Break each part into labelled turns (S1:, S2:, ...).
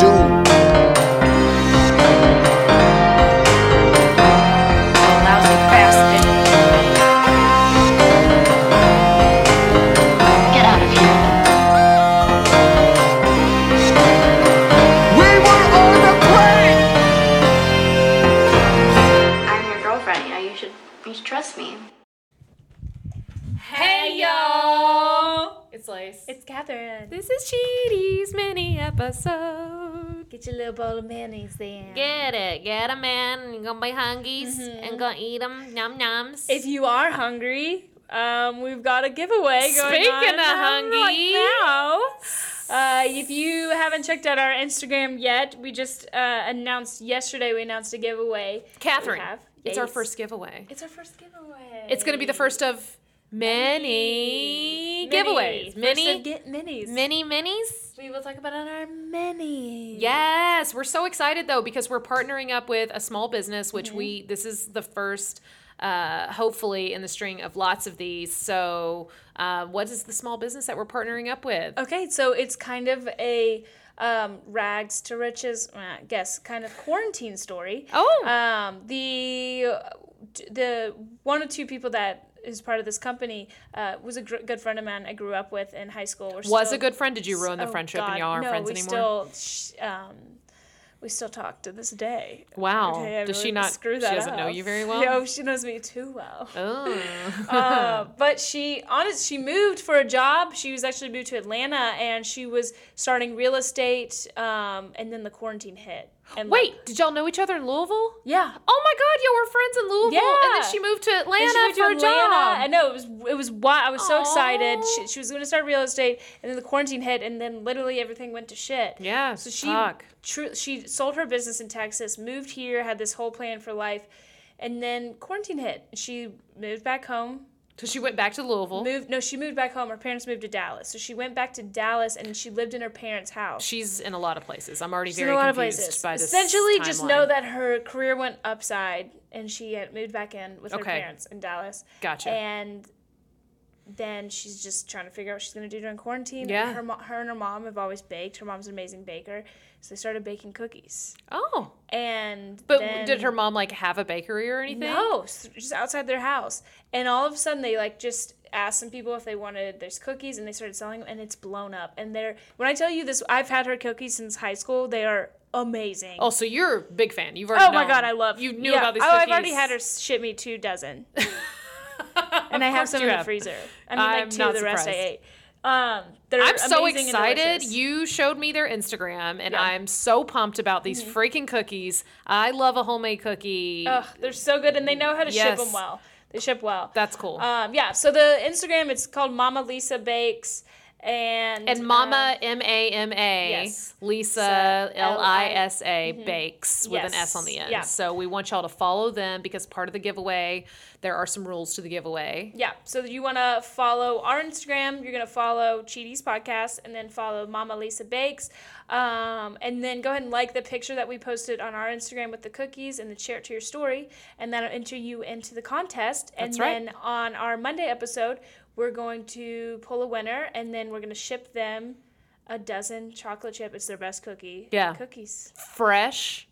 S1: doomed.
S2: Lousy bastard.
S3: Get out of here.
S1: We were on the plane.
S4: I'm your girlfriend. You know, you should you should trust me.
S5: Hey y'all! It's Lace.
S6: It's Catherine.
S5: this is Cheaty's mini episode.
S6: Get your little bowl of mayonnaise in.
S5: Get it, get 'em man. You're gonna buy hungies and gonna eat them. Num nums.
S6: If you are hungry, um, we've got a giveaway going
S5: Speaking
S6: on
S5: of hungry.
S6: right now. Uh, if you haven't checked out our Instagram yet, we just uh, announced yesterday. We announced a giveaway.
S5: Catherine,
S6: We have
S5: it's our
S6: dates.
S5: first giveaway.
S6: It's our first giveaway.
S5: It's gonna be the first of many, giveaways.
S6: Many. First
S5: Mini,
S6: of get minis.
S5: mini minis.
S6: We will talk about it on our minis.
S5: Yes, we're so excited though because we're partnering up with a small business, which
S6: Mm-hmm.
S5: we this is the first. Uh, hopefully, in the string of lots of these. So, uh, what is the small business that we're partnering up with?
S6: Okay, so it's kind of a um, rags to riches, uh, I guess, kind of quarantine story.
S5: Oh.
S6: um, the the one or two people that is part of this company uh, was a gr- good friend of mine I grew up with in high school. We're
S5: was
S6: still-
S5: a good friend. Did you ruin the
S6: Oh,
S5: friendship
S6: God,
S5: and y'all aren't
S6: no,
S5: friends
S6: we
S5: anymore?
S6: Still, sh- um, we still talk to this day.
S5: wow.
S6: Okay, I
S5: Does she
S6: really
S5: not?
S6: screw
S5: she
S6: that
S5: doesn't know
S6: up.
S5: you very well.
S6: No, she knows me too well.
S5: Oh.
S6: Uh, but she honest she moved for a job she was actually moved to atlanta and she was starting real estate um, and then the quarantine hit and like-
S5: Wait, did y'all know each other in Louisville?
S6: yeah
S5: Oh my God, y'all were friends in Louisville, and
S6: Yeah.
S5: then she moved to
S6: And
S5: Atlanta
S6: she moved to
S5: for a job.
S6: Atlanta. I know it was it was why I was so excited.
S5: Aw.
S6: She, she was going to start real estate, and then the quarantine hit, and then literally everything went to shit.
S5: Yeah,
S6: So she
S5: fuck.
S6: tru- she sold her business in Texas, moved here, had this whole plan for life, and then quarantine hit. She moved back home,
S5: so she went back to Louisville.
S6: moved no she moved back home her parents moved to dallas so she went back to dallas and she lived in her parents house
S5: She's in a lot of places. I'm already
S6: She's
S5: very
S6: in a lot of
S5: confused
S6: places
S5: by this.
S6: essentially just
S5: timeline.
S6: know that her career went upside and she had moved back in with her
S5: Okay.
S6: parents in dallas
S5: Gotcha.
S6: and then she's just trying to figure out what she's going to do during quarantine
S5: Yeah.
S6: her, mo- her and her mom have always baked her mom's an amazing baker so they started baking cookies
S5: Oh,
S6: and
S5: but
S6: then-
S5: did her mom like have a bakery or anything?
S6: no, s- just outside their house. And all of a sudden, they like just asked some people if they wanted there's cookies, and they started selling them, and it's blown up. And they're when I tell you this, I've had her cookies since high school. They are amazing.
S5: Oh, so you're a big fan. You've already.
S6: Oh my
S5: known.
S6: god, I love
S5: You knew
S6: yeah.
S5: about these.
S6: Oh, I've already
S5: cookies.
S6: had her ship me two dozen,
S5: Of
S6: and I have
S5: course
S6: some
S5: you
S6: in the
S5: have.
S6: freezer. I mean,
S5: I'm
S6: like two.
S5: not
S6: The rest I
S5: surprised.
S6: ate. Um, they're
S5: I'm so
S6: amazing and
S5: excited.
S6: delicious.
S5: You showed me their Instagram, and
S6: Yeah. Mm-hmm.
S5: I'm so pumped about these freaking cookies. I love a homemade cookie.
S6: Ugh, they're so good, and they know how to ship
S5: Yes.
S6: them well. They ship well.
S5: That's cool.
S6: Um, yeah. So the Instagram, it's called Mama Lisa Bakes, and
S5: and
S6: um,
S5: Mama M A M A
S6: yes.
S5: Lisa
S6: So, Mm-hmm.
S5: L I S A bakes with an
S6: Yes.
S5: S on the end.
S6: Yeah.
S5: So we want y'all to follow them because part of the giveaway there are some rules to the giveaway.
S6: Yeah. So you want to follow our Instagram. You're going to follow Cheaties Podcast and then follow Mama Lisa Bakes. Um, and then go ahead and like the picture that we posted on our Instagram with the cookies and then share it to your story. And that'll enter you into the contest. And
S5: That's right.
S6: then on our Monday episode, we're going to pull a winner and then we're going to ship them a dozen chocolate chip. It's their best cookie.
S5: Yeah.
S6: Cookies.
S5: Fresh,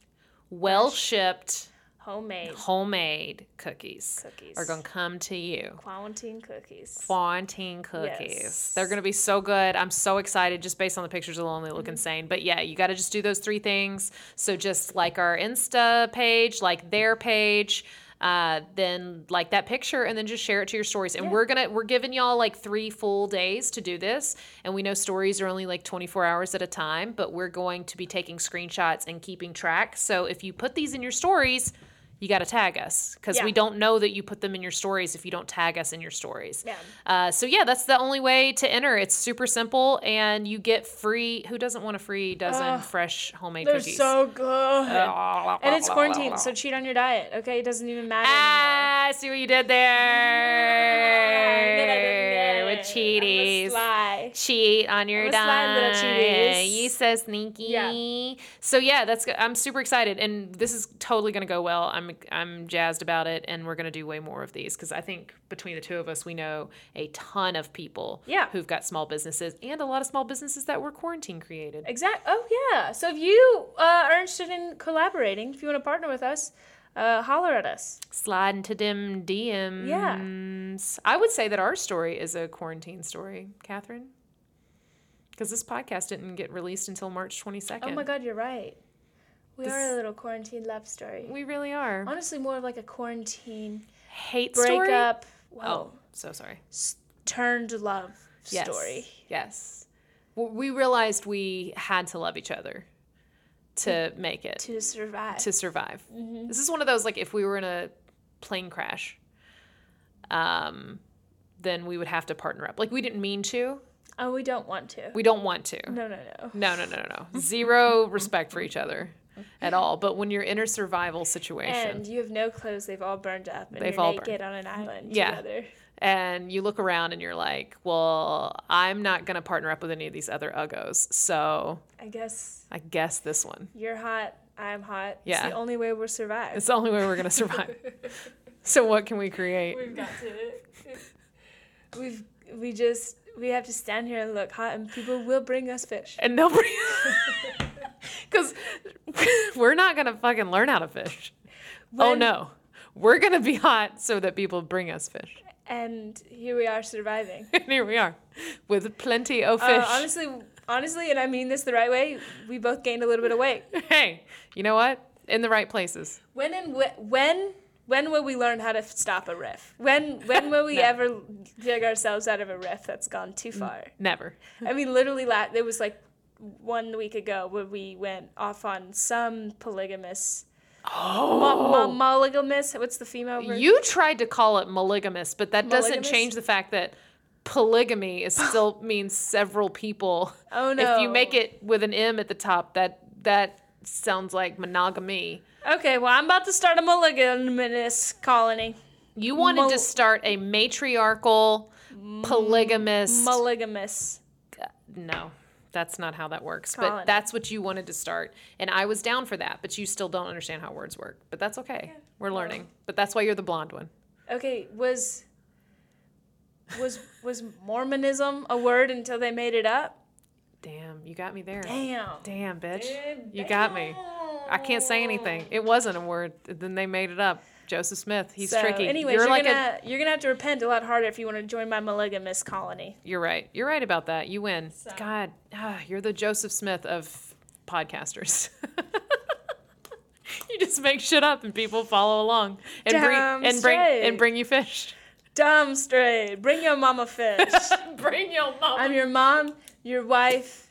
S5: well shipped,
S6: Homemade
S5: homemade cookies,
S6: Cookies.
S5: are going to come to you.
S6: quarantine cookies.
S5: Quarantine cookies.
S6: Yes.
S5: They're going to be so good. I'm so excited just based on the pictures alone. They look insane. But yeah, you got to just do those three things. So just like our Insta page, like their page, uh, then like that picture and then just share it to your stories. And we're going to, we're giving y'all like three full days to do this. And we know stories are only like 24 hours at a time, but we're going to be taking screenshots and keeping track. So if you put these in your stories, you got to tag us because
S6: Yeah.
S5: we don't know that you put them in your stories if you don't tag us in your stories.
S6: Yeah.
S5: Uh, so yeah, that's the only way to enter. It's super simple, and you get free. Who doesn't want a free dozen fresh homemade
S6: They're
S5: cookies?
S6: so good. And
S5: and
S6: it's quarantine, so cheat on your diet, okay? It doesn't even matter anymore.
S5: ah, I see what you did there
S6: I did it.
S5: with
S6: I'm a
S5: cheaties.
S6: sly. day.
S5: cheat on your
S6: I'm a slime little
S5: dime.
S6: cheaties.
S5: You so sneaky.
S6: Yeah.
S5: So yeah, that's go- I'm super excited, and this is totally gonna go well. I'm I'm jazzed about it, and we're gonna do way more of these because I think between the two of us, we know a ton of people
S6: Yeah.
S5: who've got small businesses and a lot of small businesses that were quarantine created.
S6: Exact. Oh yeah. So if you uh, are interested in collaborating, if you want to partner with us, uh, holler at us.
S5: Slide into them DMs. I would say that our story is a quarantine story, Catherine. Because this podcast didn't get released until March 22nd.
S6: Oh my God, you're right. We
S5: This-
S6: are a little quarantine love story.
S5: We really are.
S6: Honestly, more of like a quarantine
S5: Hate story?
S6: breakup.
S5: Oh,
S6: Well,
S5: so sorry.
S6: s turned love
S5: Yes.
S6: story.
S5: Yes. W- We realized we had to love each other to make it,
S6: Hmm. to Mm-hmm. survive.
S5: to survive. This is one of those like if we were in a plane crash, um, then we would have to partner up. Like we didn't mean to.
S6: oh, we don't want to.
S5: We don't want to.
S6: no, no, no.
S5: No, no, no, no, no. Zero respect for each other at all. But when you're in a survival situation
S6: And you have no clothes. They've all burned up, and
S5: They've
S6: you're
S5: all
S6: naked on an island
S5: Yeah.
S6: together.
S5: and you look around and you're like, well, I'm not going to partner up with any of these other uggos. So
S6: I guess
S5: I guess this one.
S6: you're hot. I'm hot.
S5: Yeah.
S6: It's the only way we'll survive.
S5: It's the only way we're going to survive. so what can we create?
S6: We've got to. We've we just we have to stand here and look hot, and people will bring us fish.
S5: And they'll bring because we're not going to fucking learn how to fish. oh
S6: When-
S5: no. We're going to be hot so that people bring us fish.
S6: And here we are surviving.
S5: And here we are with plenty of fish.
S6: Uh, honestly, honestly, and I mean this the right way. We both gained a little bit of weight.
S5: hey, you know what? In the right places.
S6: When and wh- when when will we learn how to f- stop a riff? When when will we ever dig ourselves out of a riff that's gone
S5: Mm.
S6: too far?
S5: Never.
S6: I mean, literally, la- it was like one week ago where we went off on some polygamous. Oh, monogamous. What's the female? version?
S5: You tried to call it maligamous, but that doesn't
S6: Maligamous?
S5: change the fact that polygamy is still means several people.
S6: Oh,
S5: If you
S6: no.
S5: make it with an M at the top, that that sounds like monogamy.
S6: Okay, well, I'm about to start a mulliganous colony.
S5: You wanted
S6: Mul-
S5: to start a matriarchal polygamous.
S6: Mulligamous.
S5: no. That's not how that works,
S6: Colony.
S5: but that's what you wanted to start. And I was down for that, but you still don't understand how words work. But that's okay. We're learning. But that's why you're the blonde one.
S6: Okay, was was was Mormonism a word until they made it up?
S5: Damn, you got me there.
S6: Damn.
S5: Damn, bitch. You got me. I can't say anything. It wasn't a word. Then they made it up. Joseph Smith. He's
S6: So,
S5: tricky.
S6: anyways, you're, gonna you're gonna have to repent a lot harder if you want to join my mulligamous colony.
S5: a. You're right. You're right about that. You win. God, ah, you're the Joseph Smith of podcasters. you just make shit up and people follow along and
S6: Damn
S5: bring and bring
S6: straight.
S5: and bring you fish.
S6: Dumb straight. Bring your mama fish.
S5: bring your mom.
S6: I'm your mom, your wife,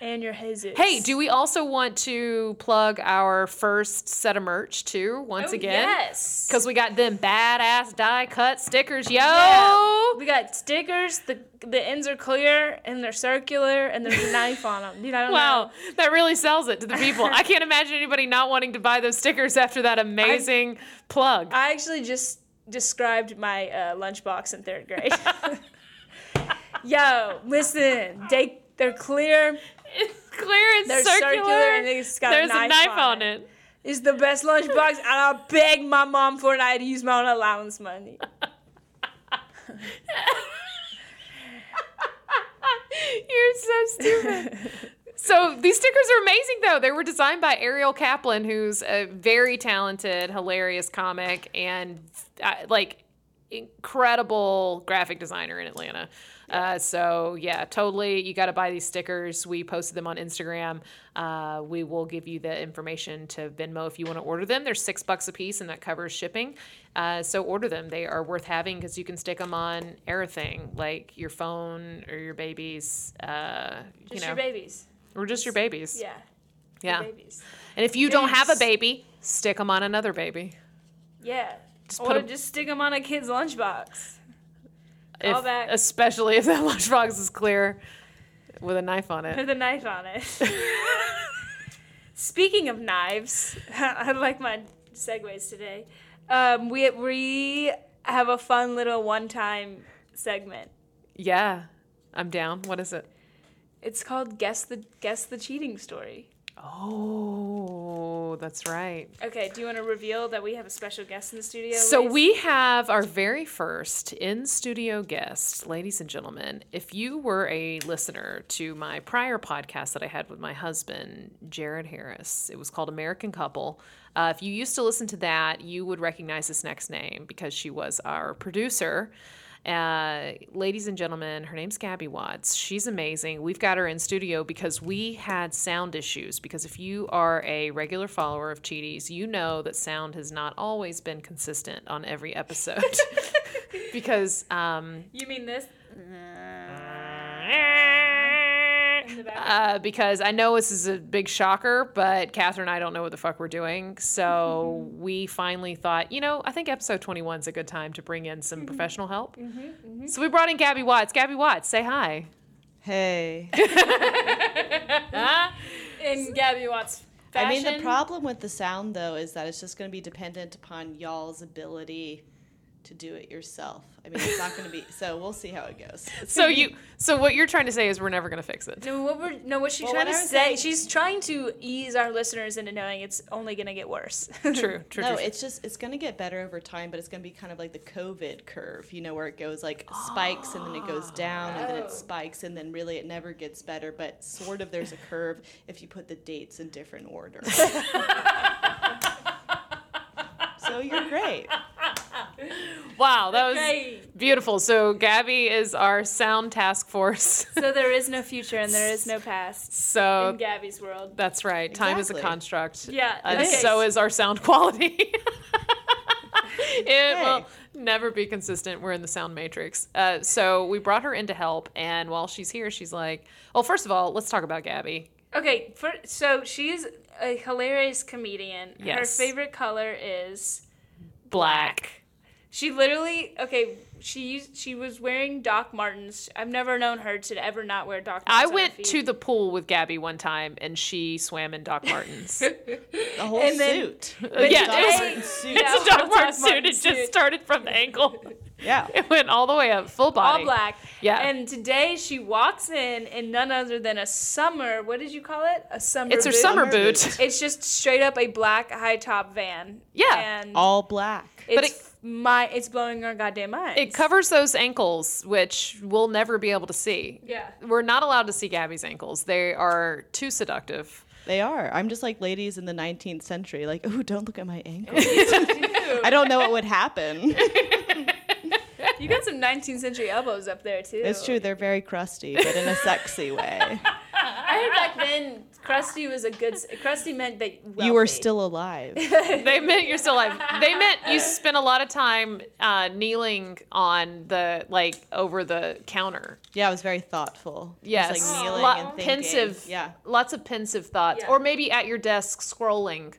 S6: and your Jesus.
S5: Hey, do we also want to plug our first set of merch too? Once
S6: Oh,
S5: again,
S6: Yes.
S5: Because we got them badass die cut stickers, yo!
S6: Yeah. We got stickers. The the ends are clear and they're circular and there's a knife on them. Dude, I don't
S5: Wow,
S6: know.
S5: that really sells it to the people. I can't imagine anybody not wanting to buy those stickers after that amazing plug.
S6: I actually just described my uh, lunchbox in third grade. Yo, listen. They they're clear.
S5: it's clear, it's
S6: They're
S5: circular.
S6: circular, and it's got a
S5: There's
S6: knife on
S5: on
S6: it.
S5: it.
S6: It's the best lunchbox, and I beg my mom for it. I had to use my own allowance money.
S5: Ah, You're so stupid. so these stickers are amazing, though. They were designed by Ariel Kaplan, who's a very talented, hilarious comic and uh, like incredible graphic designer in Atlanta. Uh, so yeah, totally. You got to buy these stickers. We posted them on Instagram. Uh, we will give you the information to Venmo if you want to order them. They're six bucks a piece, and that covers shipping. Uh, so order them. They are worth having because you can stick them on everything, like your phone or your babies. Uh, you
S6: Just
S5: know,
S6: your babies.
S5: or just your babies.
S6: Yeah.
S5: yeah.
S6: Babies.
S5: And if you don't have a
S6: Babes.
S5: baby, stick them on another baby.
S6: Yeah. Just
S5: put
S6: or
S5: 'em-
S6: just stick them on a kid's lunchbox.
S5: If-
S6: Callback.
S5: especially if that lunchbox is clear with a knife on it.
S6: with a knife on it. Speaking of knives, I like my segues today. Um, we we have a fun little one-time segment.
S5: Yeah. I'm down. What is it?
S6: It's called guess the guess the cheating story.
S5: Oh, that's right.
S6: Okay, do you want to reveal that we have a special guest in the studio?
S5: So
S6: Elise?
S5: we have our very first in studio guest, ladies and gentlemen. If you were a listener to my prior podcast that I had with my husband, Jared Harris, it was called American Couple. Uh, if you used to listen to that, you would recognize this next name because she was our producer. Uh, ladies and gentlemen, her name's Gabby Watts. She's amazing. We've got her in studio because we had sound issues. Because if you are a regular follower of Cheaties, you know that sound has not always been consistent on every episode. because um,
S6: You mean this?
S5: uh, because I know this is a big shocker, but Catherine and I don't know what the fuck we're doing. So
S3: Mm-hmm.
S5: we finally thought, you know, I think episode 21 is a good time to bring in
S3: Mm-hmm.
S5: some professional help. So we brought in Gabby Watts. Gabby Watts, say hi.
S3: Hey.
S6: In Gabby Watts
S3: I
S6: fashion.
S3: mean, the problem with the sound, though, is that it's just going to be dependent upon y'all's ability to do it yourself. I mean, it's not going to be, so we'll see how it goes.
S5: So you, so what you're trying to say is we're never gonna fix it.
S6: No, what we're, no, what she's
S3: Well,
S6: trying
S3: what
S6: to
S3: I was
S6: say,
S3: saying-
S6: she's trying to ease our listeners into knowing it's only going to get worse.
S5: True, true.
S3: No,
S5: true.
S3: it's just, it's going to get better over time, but it's going to be kind of like the COVID curve, you know, where it goes like spikes and then it goes down and then
S6: Oh.
S3: it spikes and then really it never gets better, but sort of there's a curve if you put the dates in different order. so you're great.
S5: wow, that was
S6: Great.
S5: beautiful. So Gabby is our sound task force.
S6: so there is no future and there is no past
S5: so
S6: in Gabby's world.
S5: that's right. Time is a
S3: Exactly.
S5: construct.
S6: Yeah,
S5: And
S6: okay.
S5: so is our sound quality. it will
S3: Hey.
S5: never be consistent. We're in the sound matrix. Uh, so we brought her in to help, and while she's here, she's like, "Well, first of all, let's talk about Gabby."
S6: Okay, for, so she's a hilarious comedian. Her
S5: Yes.
S6: favorite color is
S5: Black.
S6: she literally okay. She used, she was wearing Doc Martens. I've never known her to ever not wear Doc. Martens
S5: I
S6: on her
S5: went
S6: feet.
S5: to the pool with Gabby one time, and she swam in Doc Martens.
S3: The whole
S6: And then-
S3: suit.
S5: yeah,
S3: Doc
S5: it's-
S3: Martens suit.
S6: Yeah,
S5: it's a Doc
S6: Doc
S5: Martens suit. It
S6: Martens suit.
S5: just started from the ankle.
S3: Yeah.
S5: It went all the way up, full body.
S6: all black.
S5: Yeah.
S6: And today she walks in in none other than a summer. What did you call it? A summer.
S5: It's her
S6: boot.
S5: summer
S3: Summer
S5: boot.
S3: boot.
S6: It's just straight up a black high top van.
S5: Yeah.
S6: And
S3: all black.
S6: it's
S5: but it-
S6: f- my it's blowing our goddamn minds.
S5: It covers those ankles, which we'll never be able to see.
S6: Yeah.
S5: We're not allowed to see Gabby's ankles. They are too seductive.
S3: They are. I'm just like ladies in the 19th century. Like, ooh, don't look at my ankles. I don't know what would happen.
S6: You got some 19th century elbows up there too.
S3: It's true. They're very crusty, but in a sexy way.
S6: I heard back then crusty was a good. s- Crusty meant that wealthy.
S3: You were still alive.
S5: They meant you're still alive. They meant you spent a lot of time uh, kneeling on the like over the counter.
S3: Yeah, I was very thoughtful. Just,
S5: Yes,
S3: like kneeling
S5: Lot-
S3: and thinking.
S5: pensive.
S3: Yeah.
S5: lots of pensive thoughts,
S6: Yeah.
S5: or maybe at your desk scrolling.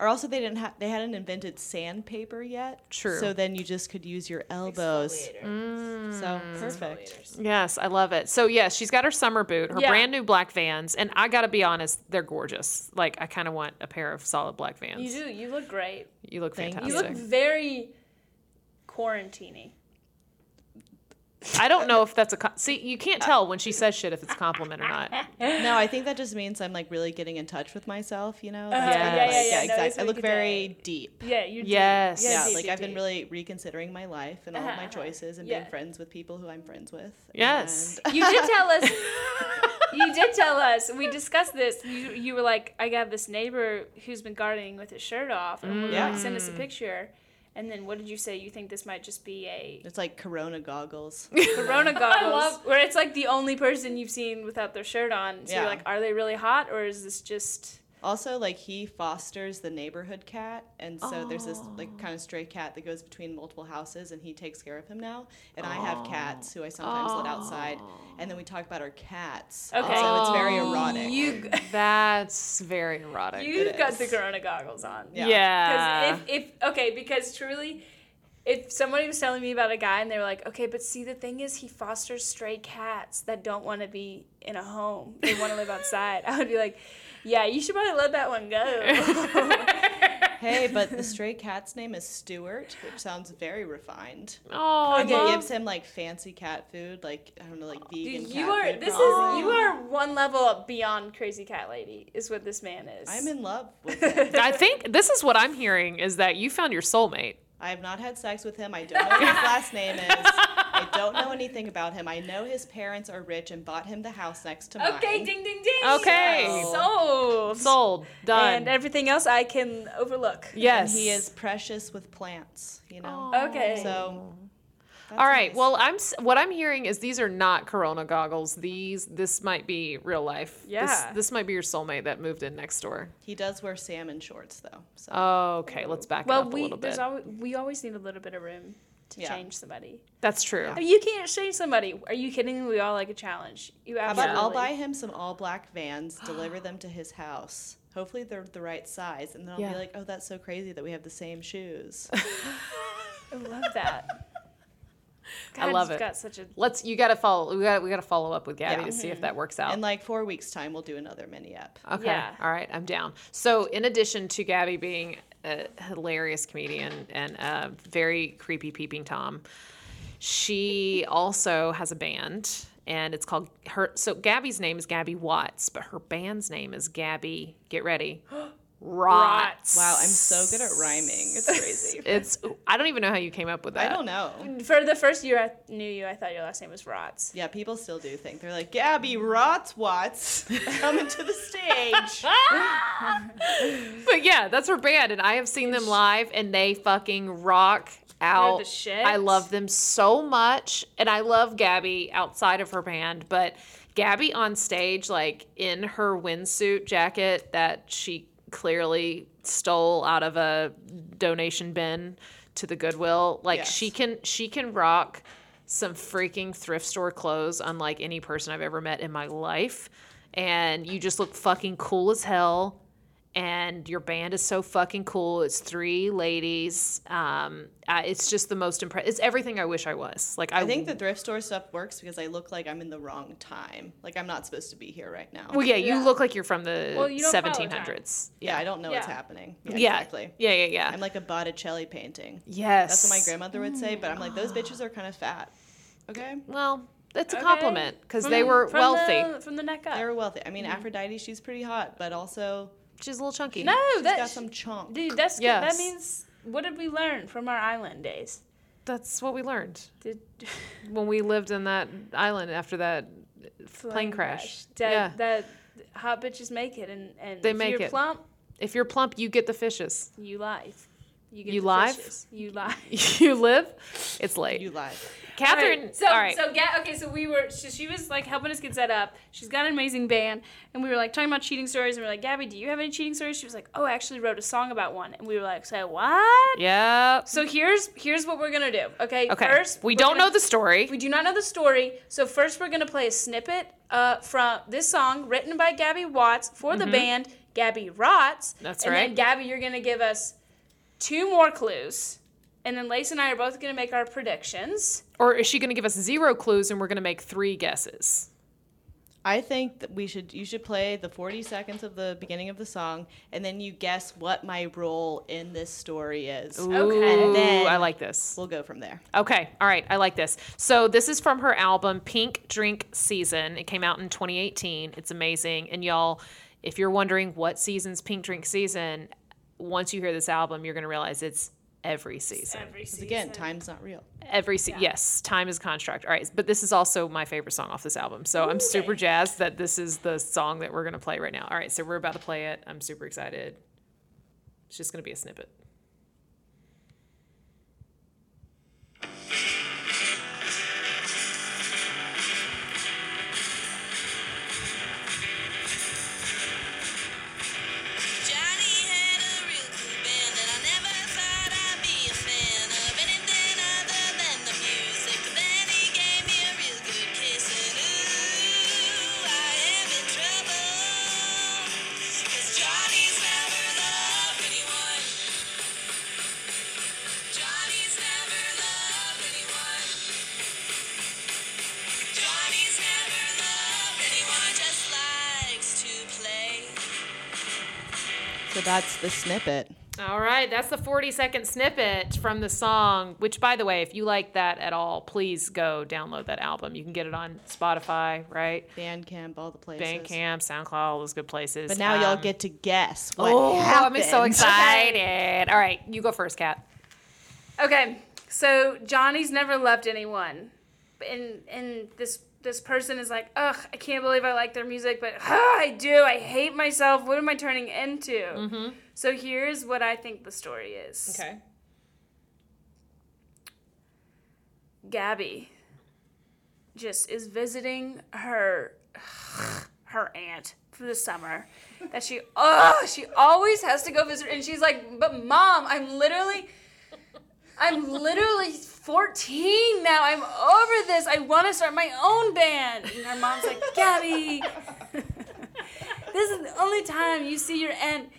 S3: Or also they didn't have they hadn't invented sandpaper yet.
S5: True.
S3: So then you just could use your elbows. So
S5: Mm.
S3: perfect.
S5: Yes, I love it. So yes, she's got her summer boot, her
S6: Yeah.
S5: brand new black Vans, and I gotta be honest, they're gorgeous. Like I kind of want a pair of solid black Vans.
S6: You do. You look great.
S5: You look
S3: Thank you.
S6: You
S5: fantastic.
S6: look very quarantiney.
S5: I don't know if that's a co- see. You
S6: Uh,
S5: can't tell when she says shit if it's a compliment or not.
S3: No, I think that just means I'm like really getting in touch with myself, you know? That's
S5: Uh-huh. yeah,
S3: kind of
S5: yeah,
S3: like-
S5: yeah,
S6: yeah. No,
S3: exactly.
S6: it's
S3: I
S6: what
S3: look
S6: you
S3: very deep.
S6: Yeah. You. do.
S5: Yes.
S6: Yeah.
S3: yeah,
S6: deep,
S3: like
S6: deep,
S3: I've been
S6: deep.
S3: really reconsidering my life and all of my choices and
S6: Yeah.
S3: being friends with people who I'm friends with.
S5: Yes.
S3: And-
S6: You did tell us. you did tell us. We discussed this. You you were like, I got this neighbor who's been gardening with his shirt off, and we're
S3: Yeah.
S6: like, send us a picture. And then what did you say? You think this might just be a
S3: it's like Corona goggles.
S6: Corona goggles, where it's like the only person you've seen without their shirt on. So
S3: Yeah.
S6: you're like, are they really hot, or is this just?
S3: also, like he fosters the neighborhood cat, and so there's this
S6: Oh.
S3: like kind of stray cat that goes between multiple houses, and he takes care of him now. And I have cats who I sometimes let outside, and then we talk about our cats. and
S6: Okay. Oh,
S3: so it's very erotic.
S6: You
S5: That's very erotic.
S6: you've
S3: it
S6: got
S3: is.
S6: the Corona goggles on.
S3: Yeah.
S5: yeah.
S6: Because if, if okay, because truly, if somebody was telling me about a guy and they were like, okay, but see, the thing is, he fosters stray cats that don't want to be in a home; they want to live outside. I would be like, yeah, you should probably let that one go.
S3: Hey, but the stray cat's name is Stuart, which sounds very refined.
S5: Oh, I
S3: And he
S5: love-
S3: gives him like fancy cat food, like I don't know, like vegan
S6: Dude, you
S3: cat
S6: are
S3: food.
S6: this is
S3: probably.
S6: you are one level up beyond crazy cat lady is what this man is.
S3: I'm in love with him.
S5: I think this is what I'm hearing is that you found your soulmate.
S3: I have not had sex with him. I don't know what his last name is. I don't know anything about him. I know his parents are rich and bought him the house next to mine.
S6: Okay, ding ding ding.
S5: Okay.
S6: sold.
S5: Sold. Done.
S6: And everything else I can overlook.
S5: yes.
S3: And he is precious with plants, you know.
S6: Okay.
S3: So that's
S5: All right.
S3: nice.
S5: Well, I'm s- what I'm hearing is these are not Corona goggles. These this might be real life. This,
S6: Yeah.
S5: this might be your soulmate that moved in next door.
S3: he does wear salmon shorts though. So
S5: Okay, let's back it
S6: well,
S5: up a
S6: we
S5: little
S6: there's
S5: bit.
S6: always, we always need a little bit of room to
S3: Yeah.
S6: change somebody.
S5: That's true.
S6: If you can't change somebody, are you kidding? me? We all like a challenge. You
S3: How about
S6: absolutely.
S3: I'll buy him some all black vans, deliver them to his house. Hopefully they're the right size, and then I'll
S5: Yeah.
S3: be like, "Oh, that's so crazy that we have the same shoes."
S6: I love that.
S5: I
S6: God,
S5: love
S6: you've
S5: it.
S6: Got such a
S5: Let's you got to follow we got we got to follow up with Gabby Yeah. to see if that works out.
S3: In like four weeks' time, we'll do another mini up.
S5: Okay.
S6: Yeah.
S5: All right. I'm down. So, in addition to Gabby being a hilarious comedian and a very creepy peeping Tom, she also has a band, and it's called her. So, Gabby's name is Gabby Watts, but her band's name is Gabby. Get ready. Rots.
S3: Wow, I'm so good at rhyming. It's crazy.
S5: It's. I don't even know how you came up with
S3: I
S5: that.
S3: don't know.
S6: For the first year I knew you, I thought your last name was Rots.
S3: Yeah, people still do think they're like Gabby Rotswatts coming to the stage.
S5: But yeah, that's her band, and I have seen them live, and they fucking rock out.
S6: the shit.
S5: I love them so much, and I love Gabby outside of her band, but Gabby on stage, like in her windsuit jacket that she clearly stole out of a donation bin to the Goodwill, like
S3: Yes.
S5: she can she can rock some freaking thrift store clothes unlike any person I've ever met in my life. And you just look fucking cool as hell and your band is so fucking cool. It's three ladies. Um, uh, it's just the most impressive. It's everything I wish I was. Like I,
S3: I think the thrift store stuff works because I look like I'm in the wrong time. Like I'm not supposed to be here right now.
S5: Well, yeah, you
S6: Yeah.
S5: look like you're from the
S6: Well, you don't follow time.
S5: 1700s.
S3: yeah, I don't know what's
S6: Yeah.
S3: happening. Yeah,
S5: Yeah.
S3: exactly.
S5: Yeah, yeah, yeah.
S3: I'm like a Botticelli painting.
S5: yes.
S3: That's what my grandmother would say, but I'm like, those bitches are kind of fat. Okay?
S5: Well, that's a
S6: Okay.
S5: compliment because
S6: From-
S5: they were
S6: from
S5: wealthy.
S6: the- from the neck up.
S3: They were wealthy. I mean,
S5: Mm-hmm.
S3: Aphrodite, she's pretty hot, but also
S5: She's a little chunky.
S6: no,
S3: she's got
S6: that's
S3: some chunk.
S6: dude. That's good.
S5: Yes.
S6: That means what did we learn from our island days?
S5: That's what we learned
S6: Did
S5: when we lived in that island after that plane crash.
S6: That,
S5: yeah.
S6: that hot bitches make it, and and
S5: They
S6: if
S5: make
S6: you're
S5: it.
S6: plump,
S5: if you're plump, you get the fishes.
S6: you live. get
S5: You
S6: the
S5: live?
S6: fishes. You live.
S5: you live. It's late.
S3: You lied.
S5: Catherine.
S6: So,
S5: all right.
S6: so yeah, okay. So we were, so she was like helping us get set up. She's got an amazing band, and we were like talking about cheating stories, and we are like, Gabby, do you have any cheating stories? She was like, Oh, I actually wrote a song about one, and we were like, So what?
S5: yeah.
S6: So here's here's what we're gonna do. Okay.
S5: Okay.
S6: First,
S5: we
S6: we're
S5: don't
S6: gonna-
S5: know the story.
S6: We do not know the story. So first, we're gonna play a snippet uh, from this song written by Gabby Watts for the band Gabby Rots.
S5: Mm-hmm. That's
S6: and
S5: right.
S6: And then Gabby, you're gonna give us two more clues, and then Lace and I are both gonna make our predictions.
S5: Or is she going to give us zero clues and we're going to make three guesses?
S3: I think that we should you should play the 40 seconds of the beginning of the song and then you guess what my role in this story is.
S6: Okay.
S5: Ooh,
S3: And then-
S5: I like this.
S3: We'll go from there.
S5: Okay, all right, I like this. So this is from her album Pink Drink Season. It came out in 2018. It's amazing. And y'all, if you're wondering what season's Pink Drink Season, once you hear this album, you're going to realize it's every season.
S6: Every
S3: 'Cause again, time's not real.
S5: Every se- yes, time is contract. All right, but this is also my favorite song off this album, so I'm super jazzed that this is the song that we're gonna play right now. All right, so we're about to play it. I'm super excited. It's just gonna be a snippet.
S7: Johnny had a real cool band that I never thought I'd be a fan of anything other than the music. But then he gave me a real good kiss, and ooh, I am in trouble. 'Cause Johnny's never loved anyone. Johnny's never loved anyone. Johnny's never loved anyone. Just likes to play.
S3: So that's the snippet.
S5: All right, that's the 40 second snippet from the song, which, by the way, if you like that at all, please go download that album. You can get it on Spotify, right?
S3: Bandcamp, all the places.
S5: Bandcamp, SoundCloud, all those good places.
S3: But now y'all
S5: Um,
S3: get to guess what
S5: oh,
S3: happened.
S5: I'm so excited. All right, you go first, Kat.
S6: Okay, so Johnny's never loved anyone, and and this this person is like, ugh, I can't believe I like their music, but ah, I do. I hate myself. What am I turning into? So here's what I think the story is. Gabby just is visiting her her aunt for the summer that she oh she always has to go visit and she's like but mom I'm literally I'm literally 14 now I'm over this I want to start my own band and her mom's like Gabby this is the only time you see your aunt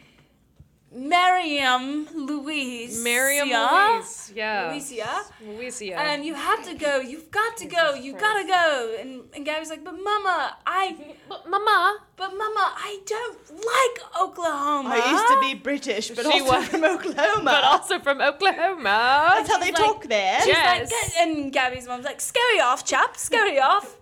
S6: Miriam Louise
S5: Miriam Louise. Yeah.
S6: Louisia
S5: Louisia.
S6: and you have to go. You've got to go. You've got to go. And, and Gabby's like, but Mama, I,
S5: But Mama,
S6: but Mama, I don't like Oklahoma.
S3: I used to be British, but also
S5: was-
S3: from Oklahoma.
S5: but also from Oklahoma.
S3: That's how they talk there.
S5: Yeah. Yes.
S6: Like, "Get-" and Gabby's mom's like, scurry off, chap, scurry off.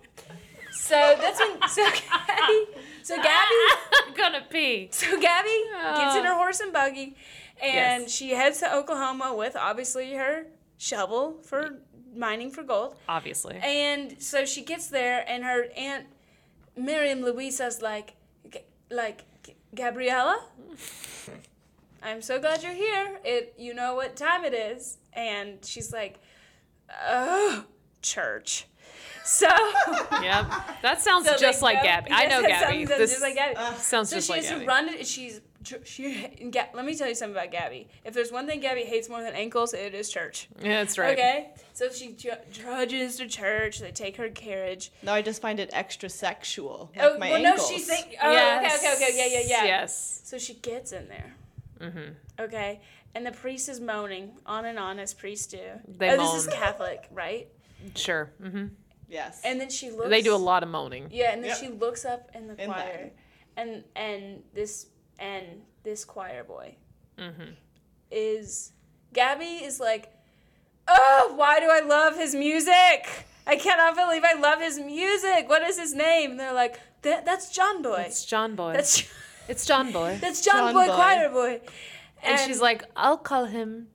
S6: So that's when so Gabby, so Gabby,
S5: I'm gonna pee.
S6: so Gabby gets in her horse and buggy, and
S5: Yes.
S6: she heads to Oklahoma with obviously her shovel for mining for gold.
S5: Obviously.
S6: And so she gets there, and her aunt Miriam Louisa's like, "G- like G- Gabriella. I'm so glad you're here. It, you know what time it is, and she's like, oh, church. So
S5: Yep. That sounds
S6: so
S5: just
S6: they
S5: like
S6: go-
S5: Gabby. I
S6: Yes,
S5: know
S6: that
S5: Gabby.
S6: sounds
S5: This
S6: just like Gabby.
S5: sounds
S6: so
S5: just
S6: she
S5: like
S6: has
S5: Gabby.
S6: to run it. She's she. Ga- Let me tell you something about Gabby. If there's one thing Gabby hates more than ankles, it is church.
S5: Yeah, that's right.
S6: Okay, so she dr- trudges to church. They take her carriage.
S3: No, I just find it extra sexual. Like
S6: Oh,
S3: my
S6: well,
S3: ankles.
S6: no, she's think. Oh, okay, okay, okay, yeah, yeah, yeah.
S5: Yes.
S6: So she gets in there. Mm-hmm. Okay, and the priest is moaning on and on as priests do.
S5: They
S6: oh, this is
S5: moan.
S6: Catholic, right?
S5: Sure. hmm
S3: yes.
S6: And then she looks.
S5: They do a lot of moaning.
S6: Yeah, and then
S3: Yep.
S6: she looks up in the
S3: In
S6: choir, and and this and this choir boy is Gabby is like, oh, why do I love his music? I cannot believe I love his music. What is his name? And they're like, that, that's John Boy.
S5: It's John Boy.
S6: that's
S5: it's John Boy.
S6: That's
S3: John
S6: John, Boy,
S3: Boy.
S6: Choir Boy.
S5: and, she's like, I'll call him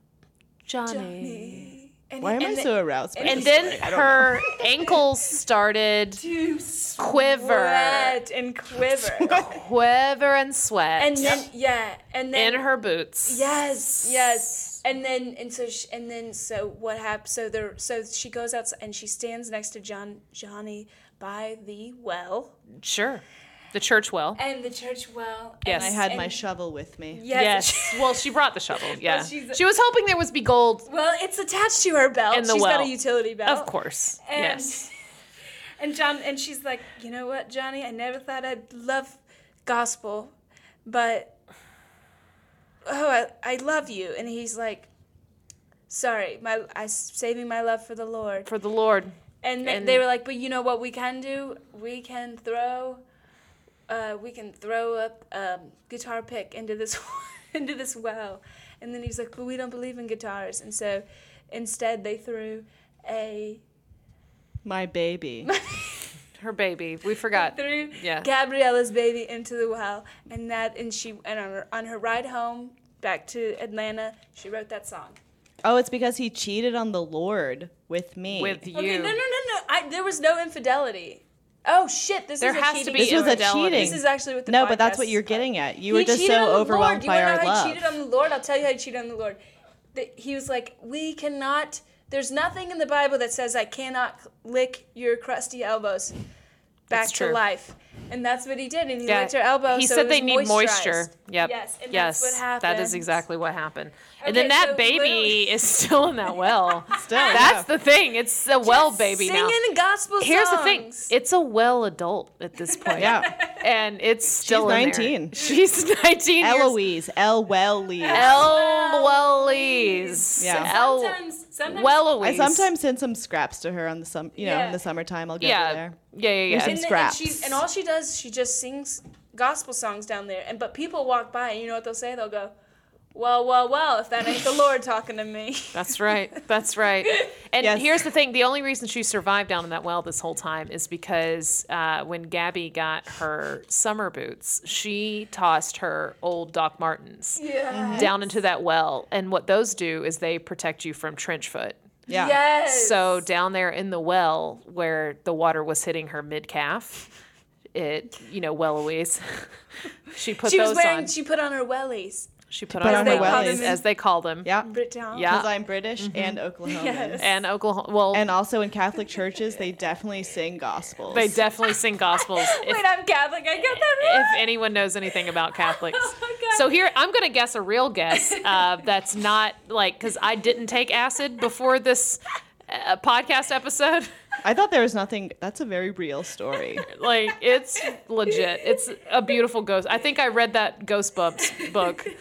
S5: Johnny.
S6: and,
S3: Why am
S6: and
S3: I
S6: the-
S3: so aroused? by
S5: And
S3: this
S5: then
S3: story? I don't
S5: her ankles started
S6: You
S5: quiver,
S6: sweat and quiver.
S5: quiver and sweat
S6: and then yeah, and then
S5: in her boots.
S6: Yes, yes. And then and so she, and then so what happened? So there so she goes outside and she stands next to John Johnny by the well
S5: Sure. The church well.
S6: and the church well.
S5: Yes.
S3: know. I had
S6: and-
S3: my shovel with me.
S5: Yes. well, she brought the shovel. Yeah.
S6: she's-
S5: She was hoping there was be gold.
S6: Well, it's attached to her belt.
S5: And
S6: She's
S5: the
S6: got
S5: well.
S6: a utility belt.
S5: Of course.
S6: And,
S5: yes.
S6: And John and she's like, you know what, Johnny? I never thought I'd love gospel, but oh, I, I love you. And he's like, sorry, my I saving my love for the Lord.
S5: For the Lord.
S6: And, th-
S5: And-
S6: they were like, but you know what we can do? We can throw, uh, we can throw a um, guitar pick into this into this well. And then he's like, but we don't believe in guitars. And so instead they threw a
S3: My baby.
S5: Her baby. We forgot.
S6: threw
S5: Yeah.
S6: Gabriella's baby into the well, and that and she and on her, on her ride home back to Atlanta, she wrote that song.
S3: Oh, it's because he cheated on the Lord with me.
S5: With you.
S6: Okay, no, no, no, no. I, there was no infidelity. Oh shit! This
S5: There
S6: is a
S5: has to
S6: cheating
S5: be
S3: this was a
S5: Infidelity.
S3: cheating.
S6: This is actually what the
S3: no, but that's
S6: podcast
S3: what
S6: is
S3: you're
S6: about.
S3: getting at. You were just
S6: cheated on
S3: so
S6: the
S3: overwhelmed
S6: Lord.
S3: by
S6: you wanna
S3: our
S6: know how
S3: love.
S6: He cheated on the Lord. I'll tell you how he cheated on the Lord. That he was like, we cannot. There's nothing in the Bible that says I cannot lick your crusty elbows back
S5: That's
S6: to
S5: true.
S6: life, and that's what he did. And he
S5: Yeah.
S6: licked her elbows.
S5: He
S6: so
S5: said
S6: it
S5: they
S6: was
S5: need moisture.
S6: moisturized.
S5: Yep.
S6: Yes, and
S5: yes.
S6: that's what happened.
S5: That is exactly what happened. and
S6: Okay,
S5: then that
S6: so
S5: baby
S6: literally-
S5: is still in that well.
S3: Still,
S5: That's the thing. It's a well Oh, baby
S6: Singing
S5: now.
S6: gospel
S5: Here's the
S6: songs.
S5: thing. It's a well adult at this point.
S3: yeah.
S5: And it's still in there.
S3: 19.
S5: She's 19. years-
S3: Eloise, El Welly.
S5: Eloise.
S3: Yeah.
S5: El-
S6: sometimes, sometimes
S3: I
S5: Welloise.
S3: sometimes send some scraps to her on the sum, you know,
S6: Yeah.
S3: in the summertime. I'll get her
S5: Yeah.
S3: there.
S5: Yeah, yeah, yeah.
S3: Here's
S6: and,
S3: some
S6: then- and
S3: scraps.
S6: she and all she does, she just sings gospel songs down there. And but people walk by, and you know what they'll say? They'll go, Well, well, well, if that ain't the Lord talking to me.
S5: That's right. That's right. And
S3: Yes.
S5: here's the thing: the only reason she survived down in that well this whole time is because uh, when Gabby got her summer boots, she tossed her old Doc Martens
S6: Yeah.
S5: down into that well. And what those do is they protect you from trench foot.
S3: Yeah.
S6: Yes.
S5: So down there in the well where the water was hitting her mid calf, it you know well Louise, she put
S6: she
S5: those
S6: was wearing.
S5: on. She,
S6: She put on her wellies.
S5: put,
S3: put
S5: on
S3: on
S5: her
S3: her
S5: wellies
S3: wellies.
S5: as they call them.
S3: Yeah.
S6: Britain.
S5: Yeah.
S3: Because I'm British and Oklahoman.
S6: Mm-hmm. Yes.
S5: And Oklahoma. Well,
S3: And also in Catholic churches, they definitely sing gospels.
S5: they definitely sing gospels. If-
S6: Wait, I'm Catholic. I got that
S5: if
S6: wrong.
S5: anyone knows anything about Catholics.
S6: Oh my God.
S5: So here, I'm going to guess a real guess uh, that's not like because I didn't take acid before this uh, podcast episode.
S3: I thought there was nothing. That's a very real story.
S5: Like it's legit. It's a beautiful ghost. I think I read that Ghostbumps book. Go-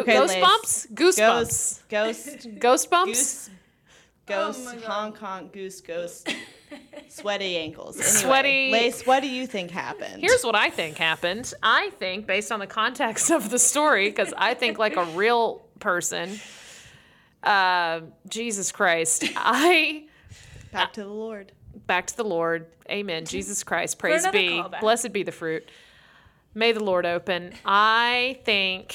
S3: Okay, Liz.
S5: Goosebumps,
S3: Ghost,
S5: goosebumps,
S3: ghost,
S5: goosebumps.
S3: goose, ghost,
S6: oh my God.
S3: Hong Kong goose, ghost, sweaty ankles. Anyway,
S5: Sweaty-
S3: Lace, what do you think happened?
S5: Here's what I think happened. I think, based on the context of the story, because I think like a real person, uh, Jesus Christ, I.
S3: back to the Lord.
S5: back to the Lord. Amen. Jesus Christ, praise
S6: another
S5: be.
S6: callback.
S5: Blessed be the fruit. May the Lord open. I think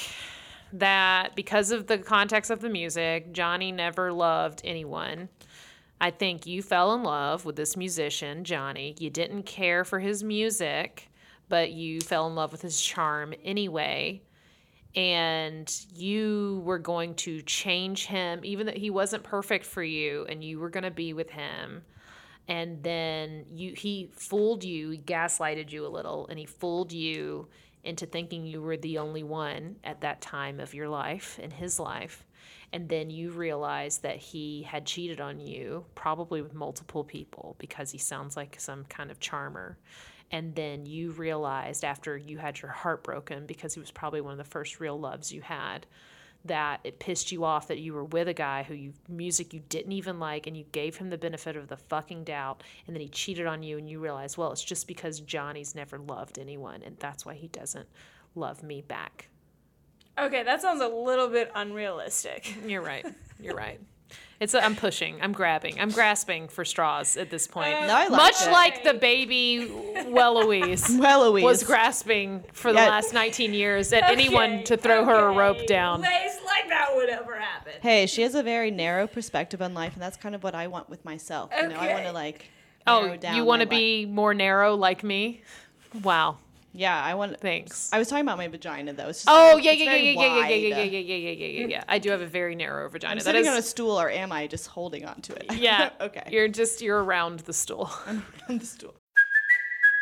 S5: that because of the context of the music, Johnny never loved anyone. I think you fell in love with this musician, Johnny. You didn't care for his music, but you fell in love with his charm anyway. And you were going to change him, even though he wasn't perfect for you, and you were going to be with him and then you he fooled you he gaslighted you a little and he fooled you into thinking you were the only one at that time of your life in his life and then you realize that he had cheated on you probably with multiple people because he sounds like some kind of charmer and then you realized after you had your heart broken because he was probably one of the first real loves you had that it pissed you off that you were with a guy who you music you didn't even like and you gave him the benefit of the fucking doubt and then he cheated on you and you realize well it's just because Johnny's never loved anyone and that's why he doesn't love me back.
S6: Okay, that sounds a little bit unrealistic.
S5: You're right. You're right. It's i I'm pushing. I'm grabbing. I'm grasping for straws at this point.
S3: No, I like
S5: Uh, Much
S3: it.
S5: like the baby well Louise
S3: well, Louise.
S5: was grasping for the
S3: Yeah.
S5: last 19 years at anyone
S6: Okay,
S5: to throw her a rope
S6: okay.
S5: down.
S6: Lace like that would ever happen.
S3: Hey, she has a very narrow perspective on life, and that's kind of what I want with myself. You know, I
S6: Okay.
S3: want to like.
S5: Oh,
S3: narrow down
S5: you want
S3: my
S5: to
S3: life.
S5: be more narrow like me? Wow.
S3: Yeah, I want.
S5: Thanks.
S3: I was talking about my vagina though. It's just
S5: Oh
S3: very-
S5: yeah
S3: it's
S5: yeah yeah
S3: very
S5: yeah yeah yeah yeah
S3: wide.
S5: yeah yeah yeah yeah yeah yeah yeah. I do have a very narrow vagina.
S3: I'm
S5: That
S3: sitting on a
S5: is
S3: stool, or am I just holding onto it?
S5: yeah.
S3: okay.
S5: You're just you're around the stool.
S3: on the stool.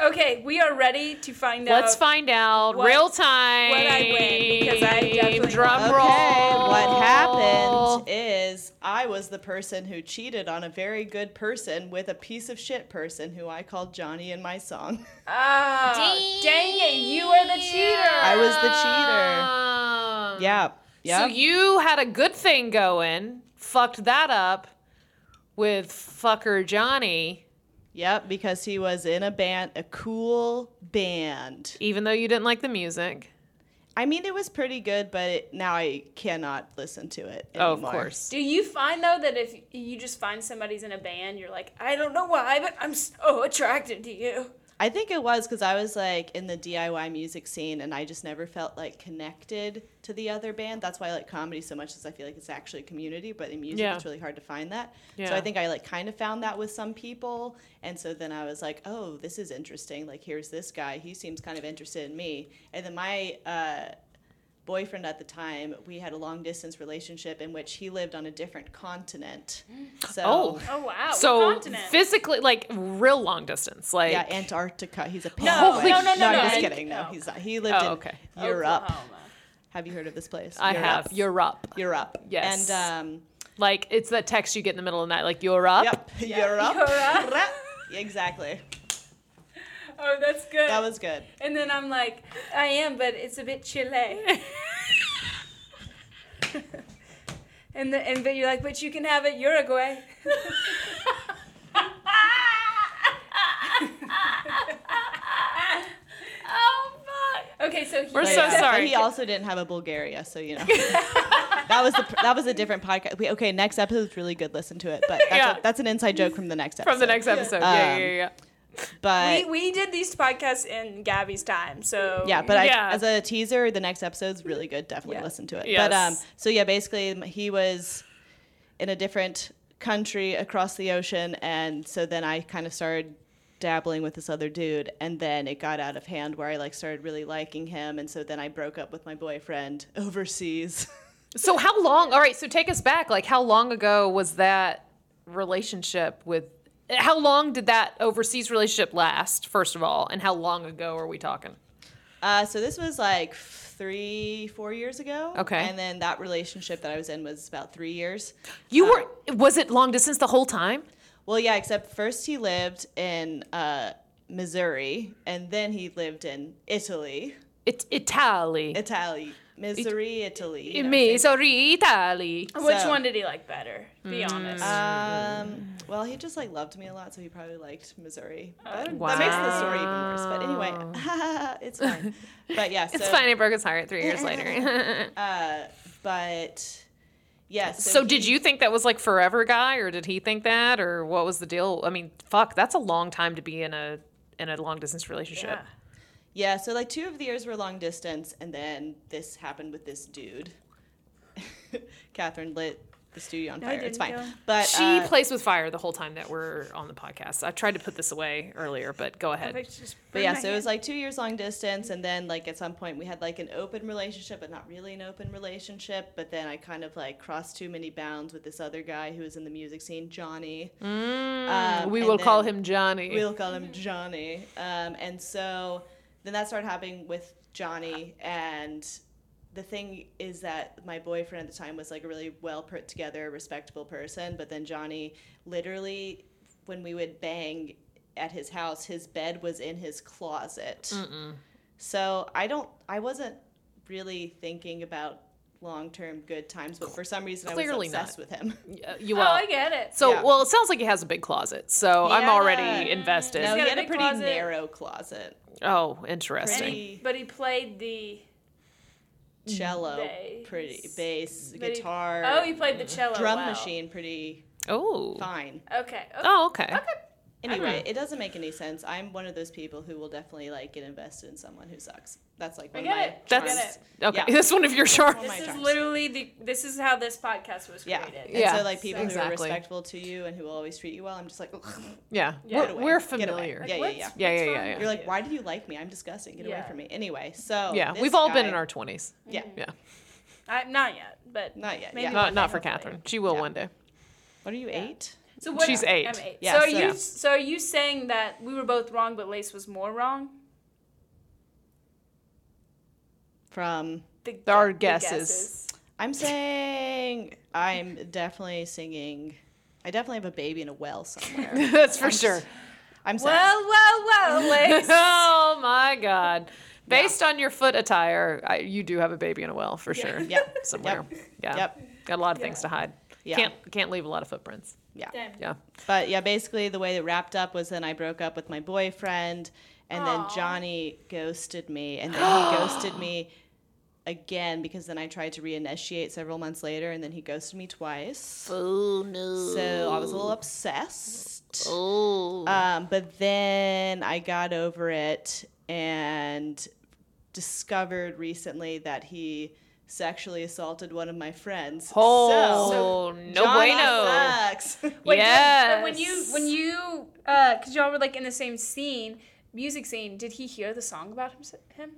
S6: Okay, we are ready to find out.
S5: Let's find out
S6: What-
S5: real time.
S6: what I win, because I definitely
S5: drum
S6: won.
S5: roll.
S3: Okay, what happened is I was the person who cheated on a very good person with a piece of shit person who I called Johnny in my song.
S6: Oh, dang it, you are the cheater.
S3: I was the cheater.
S5: Um,
S3: Yeah. Yeah.
S5: So you had a good thing going, fucked that up with fucker Johnny,
S3: yep, because he was in a band, a cool band.
S5: even though you didn't like the music.
S3: I mean, it was pretty good, but it, now I cannot listen to it.
S5: Oh, of
S3: anymore.
S5: course.
S6: Do you find though that if you just find somebody's in a band, you're like, I don't know why, but I'm so attracted to you.
S3: I think it was because I was like in the DIY music scene, and I just never felt like connected to the other band. That's why I like comedy so much, is I feel like it's actually a community. But in music,
S5: Yeah.
S3: it's really hard to find that. So
S5: Yeah.
S3: I think I like kind of found that with some people, and so then I was like, oh, this is interesting. Like, here's this guy. He seems kind of interested in me. And then my uh, boyfriend at the time, we had a long distance relationship in which he lived on a different continent. So.
S5: Oh.
S6: Oh wow. what
S5: So
S6: continent?
S5: physically, like real long distance, like
S3: Yeah, Antarctica. He's a
S6: no,
S3: Holy
S6: no,
S3: no,
S6: no, no,
S3: I'm just
S6: no.
S3: kidding.
S6: No.
S3: No, he's not. He lived
S5: Oh,
S3: in
S5: okay.
S3: Europe.
S6: Oklahoma.
S3: Have you heard of this place?
S5: I have. You're up.
S3: You're up.
S5: Yes.
S3: And um,
S5: Like it's that text you get in the middle of the night, like you're up.
S3: yep, you're up.
S6: You're
S3: Rah. exactly.
S6: Oh, that's good.
S3: That was good.
S6: and then I'm like, I am, but it's a bit Chile. and the, and but you're like, but you can have it Uruguay. Okay, so he
S5: We're
S3: But-
S5: so
S3: but
S5: sorry.
S3: He also didn't have a Bulgaria, so you know. that was the, that was a different podcast. We, okay, next episode's really good. Listen to it, but that's,
S5: Yeah.
S3: a, that's an inside joke from the next episode.
S5: From the next episode. yeah, Um, yeah, yeah.
S3: but
S6: we, we did these podcasts in Gabby's time, so
S3: Yeah, but
S5: Yeah.
S3: I, as a teaser, the next episode's really good. Definitely
S6: Yeah.
S3: listen to it. But um,
S5: Yes.
S3: so yeah, basically m- he was in a different country across the ocean, and so then I kind of started dabbling with this other dude, and then it got out of hand where I like started really liking him, and so then I broke up with my boyfriend overseas.
S5: So how long? All right, so take us back. Like how long ago was that relationship with how long did that overseas relationship last, first of all? And how long ago are we talking?
S3: Uh, so this was like f- three, four years ago.
S5: Okay.
S3: and then that relationship that I was in was about three years.
S5: You were was it long distance the whole time?
S3: Well, yeah, except first he lived in uh, Missouri, and then he lived in Italy,
S5: It, Italy.
S3: Italy, Missouri, Italy. you know,
S5: Me,
S3: same-
S5: sorry, Italy. Oh,
S6: Which
S3: So- Mm.
S6: one did he like better? Be honest.
S3: Um, well, he just like loved me a lot, so he probably liked Missouri. But
S5: Wow.
S3: That makes the story even worse. But anyway, it's fine. But yeah, so,
S5: It's fine. I broke his heart three years later.
S3: But yeah, so,
S5: so, did you think that was like forever guy, or did he think that, or what was the deal? I mean, fuck, that's a long time to be in a in a long distance relationship.
S6: Yeah.
S3: yeah, so like two of the years were long distance, and then this happened with this dude. Catherine lit the studio on
S6: I
S3: fire. It's fine,
S6: didn't, yeah.
S3: but
S5: She
S3: uh,
S5: plays with fire the whole time that we're on the podcast. I tried to put this away earlier, but go ahead.
S6: It's just
S3: But
S6: burn
S3: yeah,
S6: my
S3: so it was
S6: hand.
S3: like two years long distance, and then like at some point we had like an open relationship, but not really an open relationship. But then I kind of like crossed too many bounds with this other guy who was in the music scene, Johnny. Um,
S5: we
S3: and
S5: will call
S3: then-
S5: him Johnny.
S3: We'll call him Johnny. Um, and so then that started happening with Johnny, and the thing is that my boyfriend at the time was like a really well put together, respectable person, but then Johnny literally, when we would bang at his house, his bed was in his closet. So I don't, I wasn't really thinking about long term good times, but for some reason I
S5: Clearly
S3: was
S5: not.
S3: obsessed with him.
S5: Uh, you
S6: Oh,
S5: will.
S6: I get it.
S5: so,
S3: yeah.
S5: well, it sounds like he has a big closet, so I'm
S3: Yeah.
S5: already invested.
S3: No,
S6: got
S3: he
S6: a
S3: had a
S6: big
S3: pretty
S6: closet.
S3: narrow closet.
S5: Oh, interesting.
S3: Pretty-
S6: but he played the
S3: cello,
S6: Bass.
S3: pretty bass,
S6: but he-
S3: guitar,
S6: Oh, he played the cello.
S3: drum
S6: well.
S3: machine, pretty
S5: Oh.
S3: fine.
S6: Okay. okay.
S5: Oh, okay.
S3: Anyway, it doesn't make any sense. I'm one of those people who will definitely like get invested in someone who sucks. That's like one of
S6: get
S3: my
S6: it. I
S5: That's
S3: charms.
S6: get
S5: okay.
S3: Yeah.
S5: That's one of your charms.
S3: my
S6: This is
S3: charms.
S6: literally the. This is how this podcast was
S3: yeah.
S6: created.
S3: And
S5: Yeah.
S3: so like people who are
S5: Exactly.
S3: respectful to you and who will always treat you well, I'm just like,
S5: Yeah,
S3: Get
S5: we're,
S3: away.
S5: we're
S3: Get away.
S5: familiar.
S3: Yeah, yeah,
S6: What's-
S3: yeah.
S6: what's
S5: Yeah, yeah, yeah,
S6: wrong
S5: yeah.
S6: with
S3: You're like,
S6: you?
S3: why do you like me? I'm disgusting. Get away
S6: Yeah.
S3: from me. Anyway, so
S5: Yeah,
S3: this
S5: we've all been
S3: guy-
S5: in our twenties.
S3: yeah.
S5: Yeah,
S6: I, not yet, but
S3: Not yet,
S6: Maybe
S3: yeah.
S6: one
S5: not
S6: day,
S5: not for
S6: hopefully.
S5: Catherine. She will
S3: Yeah.
S5: one day.
S3: What are you eight?
S6: So what,
S5: She's eight.
S6: I'm eight.
S3: Yeah,
S6: so are
S3: so-
S6: you?
S3: Yeah.
S6: So are you saying that we were both wrong, but Lace was more wrong?
S3: From
S6: The,
S5: are
S6: the
S5: guesses.
S3: I'm saying I'm definitely singing. I definitely have a baby in a well somewhere.
S5: That's for sure.
S3: I'm sorry.
S6: Well, well, well, Lace.
S5: Oh my God! Based on your foot attire, I, you do have a baby in a well for sure.
S3: Yep.
S5: Somewhere.
S3: Yep.
S5: Yeah.
S3: Yep.
S5: Got a lot of things to hide.
S3: Yeah.
S5: Can't can't leave a lot of footprints.
S3: yeah.
S5: Yeah.
S3: But yeah, basically the way it wrapped up was then I broke up with my boyfriend, and then Johnny ghosted me, and then he ghosted me again because then I tried to reinitiate several months later, and then he ghosted me twice. Oh no! So I was a little obsessed.
S5: Oh.
S3: Um, but then I got over it and discovered recently that he sexually assaulted one of my friends.
S5: Oh,
S3: so,
S5: no
S3: Johnny
S5: bueno.
S3: sucks.
S6: Wait, did-
S5: yes.
S6: But when you, when you, because y'all were like in the same scene, music scene, did he hear the song about him? him?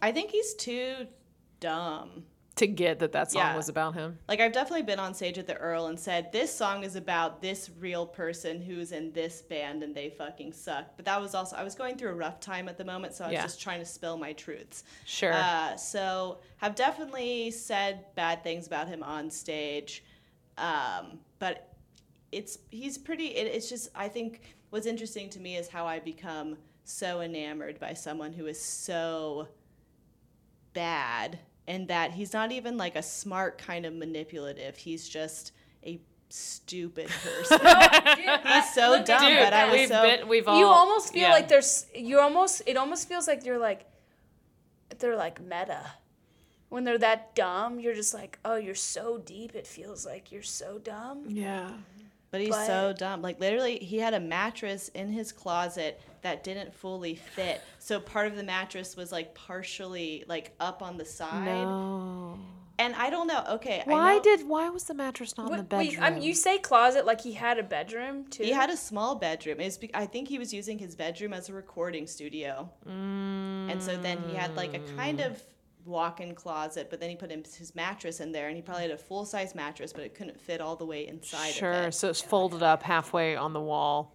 S3: I think he's too dumb.
S5: to get that that song
S3: Yeah.
S5: was about him.
S3: Like I've definitely been on stage at the Earl and said this song is about this real person who's in this band and they fucking suck. But that was also I was going through a rough time at the moment, so I was
S5: Yeah.
S3: just trying to spill my truths.
S5: Sure.
S3: Uh, so have definitely said bad things about him on stage, um, but it's he's pretty. It, it's just I think what's interesting to me is how I become so enamored by someone who is so bad and that he's not even like a smart kind of manipulative. He's just a stupid person. he's so dumb,
S5: Dude,
S3: but I was
S5: we've
S3: so
S5: been, we've all
S6: you almost feel
S5: Oh, yeah.
S6: like there's you almost it almost feels like you're like they're like meta when they're that dumb you're just like oh you're so deep it feels like you're so dumb
S5: yeah.
S3: But he's
S6: But-
S3: so dumb. Like literally, he had a mattress in his closet that didn't fully fit. So part of the mattress was like partially like up on the side.
S5: No.
S3: And I don't know. Okay, I
S5: Why
S3: know
S5: did why was the mattress not in the
S6: Wait,
S5: bedroom?
S6: wait, um, you say closet like he had a bedroom too
S3: he had a small bedroom? It's be- I think he was using his bedroom as a recording studio. And so then he had like a kind of walk-in closet, but then he put him- his mattress in there, and he probably had a full-size mattress, but it couldn't fit all the way inside. Of
S5: sure.
S3: it.
S5: So it's folded up halfway on the wall.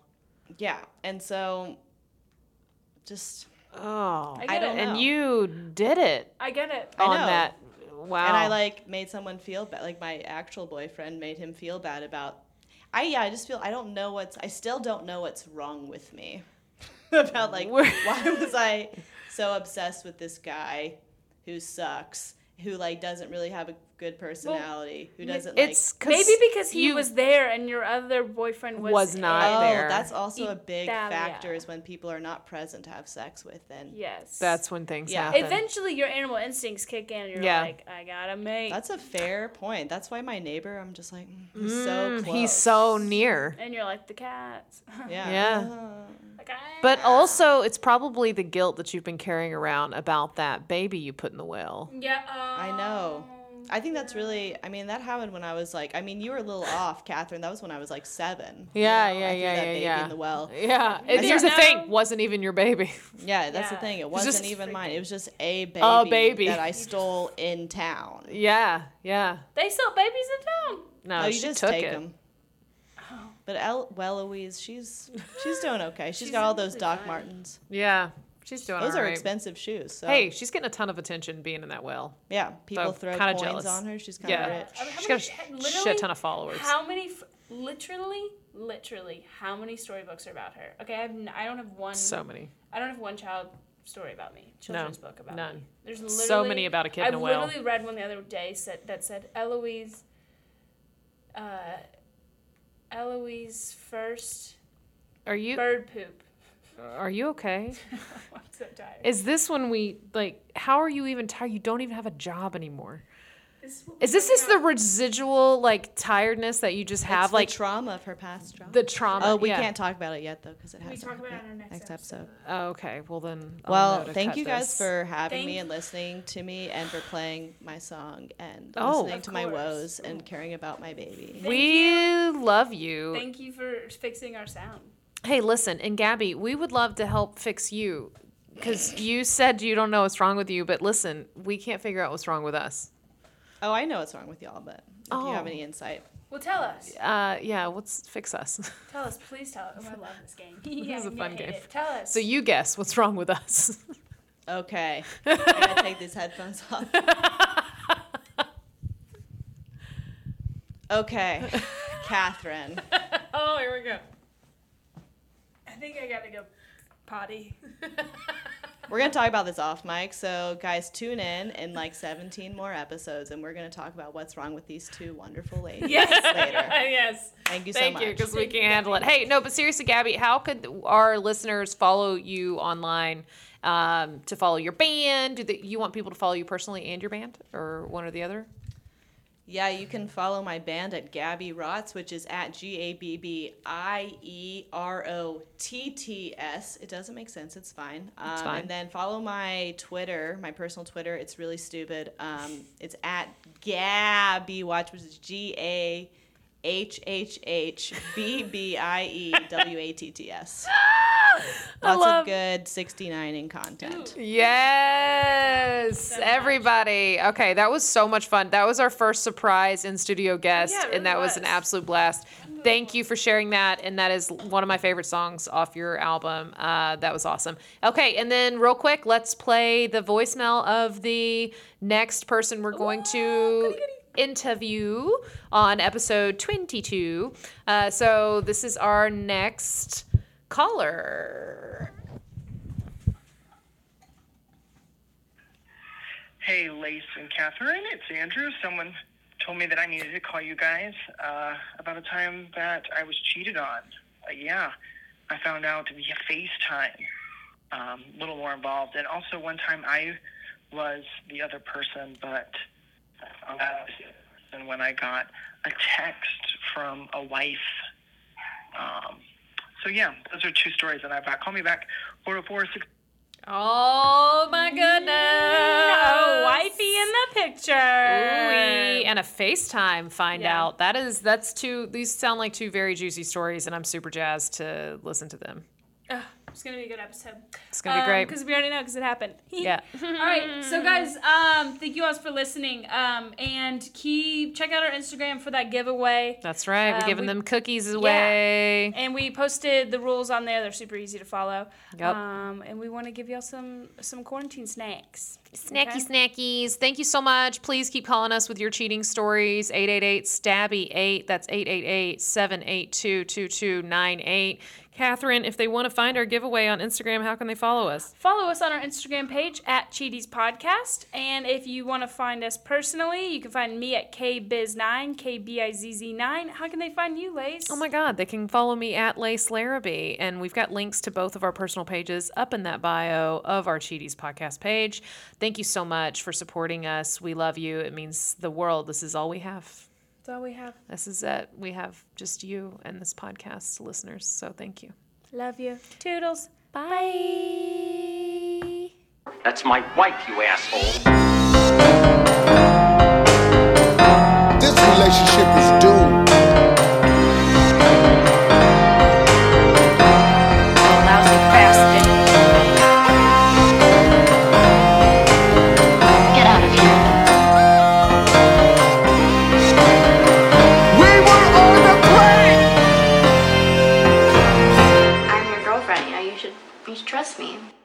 S3: Yeah, and so just
S5: Oh.
S6: get
S3: I don't
S6: it.
S3: know.
S5: And you did it
S6: i get it
S3: I
S5: on
S3: know.
S5: that. Wow.
S3: and I like made someone feel bad. Like my actual boyfriend made him feel bad about. I yeah, I just feel I don't know what's. I still don't know what's wrong with me about like
S5: We're-
S3: why was I so obsessed with this guy who sucks, who like doesn't really have a good personality, who doesn't like.
S5: it's 'cause
S6: maybe because he
S5: you-
S6: was there and your other boyfriend was,
S5: Was not.
S3: Oh,
S5: there.
S3: that's also a big
S6: Italia.
S3: factor is when people are not present to have sex with. Then
S6: yes
S5: that's when things
S3: Yeah.
S5: happen.
S6: eventually your animal instincts kick in and you're
S5: Yeah.
S6: like i gotta mate
S3: that's a fair point. That's why my neighbor, I'm just like mm, he's so close.
S5: He's so near.
S6: and you're like the cats
S3: yeah.
S5: Yeah.
S6: like, I-
S5: But also, it's probably the guilt that you've been carrying around about that baby you put in the well.
S6: yeah uh,
S3: I know. I think that's really. I mean, that happened when I was like. I mean, you were a little off, Catherine. That was when I was like seven. you
S5: Yeah,
S3: know?
S5: yeah,
S3: I threw
S5: yeah,
S3: that
S5: yeah,
S3: baby
S5: yeah.
S3: In the well.
S5: Yeah. And
S3: Yeah.
S5: here's the
S6: No.
S5: thing wasn't even your baby.
S3: Yeah, that's
S6: Yeah.
S3: the thing. It
S5: was
S3: wasn't
S5: just
S3: even mine. It was just a baby,
S5: A baby.
S3: that I stole in town.
S5: yeah. Yeah.
S6: They sell babies in town.
S5: No,
S3: oh, you
S5: she
S3: just
S5: took
S3: take
S5: it.
S3: them.
S6: Oh.
S3: But El- well, Louise, she's she's doing okay. she's got all those Doc Martens.
S5: Yeah. She's doing
S3: Those
S5: all
S3: are
S5: right.
S3: expensive shoes. So
S5: Hey, she's getting a ton of attention being in that well.
S3: yeah, people
S5: so
S3: throw
S5: kinda
S3: coins
S5: jealous.
S3: on her. She's kind of
S5: Yeah.
S3: rich.
S6: I mean, how
S5: She's
S6: many-
S5: got a
S6: ha-
S5: shit
S6: literally,
S5: ton of followers.
S6: How many? F- literally, literally, how many storybooks are about her? Okay, I have n- I don't have one.
S3: Mm-hmm.
S5: So many.
S6: I don't have one child story about me. Children's book about
S5: none.
S6: me. There's literally
S5: So many about a kid
S6: I
S5: in a well.
S6: literally read one the other day said, that said Eloise. Uh, Eloise first
S5: Are you
S6: bird poop.
S5: are you okay?
S6: I'm so tired.
S5: Is this when we like how are you even tired? You don't even have a job anymore. Is this just the residual like tiredness that you just have
S3: It's
S5: like
S3: the trauma of her past trauma.
S5: the trauma?
S3: oh, we
S5: yeah.
S3: can't talk about it yet though because it has
S6: talk about it on our next
S3: episode.
S5: Oh, okay. Well then. I'll know
S3: Well,
S5: to
S3: thank
S5: cut
S3: you guys
S5: this.
S3: for having
S6: Thank-
S3: me and listening to me and for playing my song and
S5: Oh.
S3: listening
S5: Of
S3: to my
S6: course.
S3: woes and caring about my baby.
S5: We love you.
S6: Thank you for fixing our sound.
S5: hey, listen, and Gabby, we would love to help fix you because you said you don't know what's wrong with you, but listen, we can't figure out what's wrong with us.
S3: Oh, I know what's wrong with y'all, but if you have
S5: Oh.
S3: any insight,
S6: Well, tell us.
S5: Uh, yeah, let's fix us.
S6: Tell us, please tell us. Oh, I love this game. yeah,
S5: is a
S6: I
S5: fun
S6: hate
S5: game.
S6: it. Tell us.
S5: so you guess what's wrong with us.
S3: okay, I gotta take these headphones off. Okay, Catherine.
S5: oh, here we go.
S6: I think I gotta go potty.
S3: We're gonna talk about this off mic, so guys, tune in in like 17 more episodes, and we're gonna talk about what's wrong with these two wonderful ladies later.
S5: yes.
S3: Thank you so
S5: Thank
S3: much.
S5: you, because we can handle it. Hey, no, but seriously, Gabby, how could our listeners follow you online um, to follow your band? Do they, you want people to follow you personally and your band, or one or the other?
S3: Yeah, you can follow my band at Gabby Rotts, which is at G A B B I E R O T T S. It doesn't make sense. It's fine. Um,
S5: fine.
S3: And then follow my Twitter, my personal Twitter. It's really stupid. Um, it's at Gabby Watch, which is G A H H H B B I E W A T T S. Lots
S5: love-
S3: of good 69 in content.
S5: Yes, everybody. Okay, that was so much fun. That was our first surprise in studio guest,
S6: Yeah, it
S5: and that
S6: really
S5: was. an
S6: was.
S5: absolute blast. Thank you for sharing that, and that is one of my favorite songs off your album. Uh, that was awesome. Okay, and then real quick, let's play the voicemail of the next person we're going to interview on episode 22. Uh, so this is our next caller.
S8: Hey, Lace and Catherine, it's Andrew. Someone told me that I needed to call you guys uh, about a time that I was cheated on. Uh, yeah, I found out via FaceTime, um, a little more involved. And also, one time I was the other person, but I found out I was the other person when I got a text from a wife. Um, so, yeah, those are two stories that I've got. Call me back, 404
S5: Oh my goodness!
S6: Oh, wifey in the
S5: Ooh-wee.
S6: picture.
S5: and a FaceTime find
S6: Yeah.
S5: out. That is that's two these sound like two very juicy stories and I'm super jazzed to listen to them.
S6: Ugh, it's gonna be a good episode.
S5: It's gonna be great.
S6: because we already know because it happened.
S5: Yeah.
S6: All right, so guys, um, thank you all for listening. Um, and keep check out our Instagram for that giveaway.
S5: That's right. We're
S6: Um,
S5: giving
S6: we-
S5: them cookies away.
S6: And we posted the rules on there. They're super easy to follow.
S5: Yep.
S6: Um, and we want to give y'all some some quarantine snacks.
S5: Snacky snackies. Thank you so much. Please keep calling us with your cheating stories. 888 Stabby 8. That's 888 782 2298. Catherine, if they want to find our giveaway on Instagram, how can they follow us?
S6: Follow us on our Instagram page at Cheaties Podcast. And if you want to find us personally, you can find me at KBiz9, KBIZZ9. How can they find you, Lace?
S5: Oh my God, they can follow me at Lace Larrabee. And we've got links to both of our personal pages up in that bio of our Cheaties podcast page. Thank you so much for supporting us. We love you. It means the world. This is all we have.
S6: That's all we have.
S5: This is it. We have just you and this podcast listeners. So thank you.
S6: Love you. Toodles. Bye.
S9: That's my wife, you asshole.
S1: This relationship is doomed.
S2: lousy bastard.
S4: Get out of here.
S1: We were on the plane.
S4: I'm your girlfriend. You know, you should, you should trust me.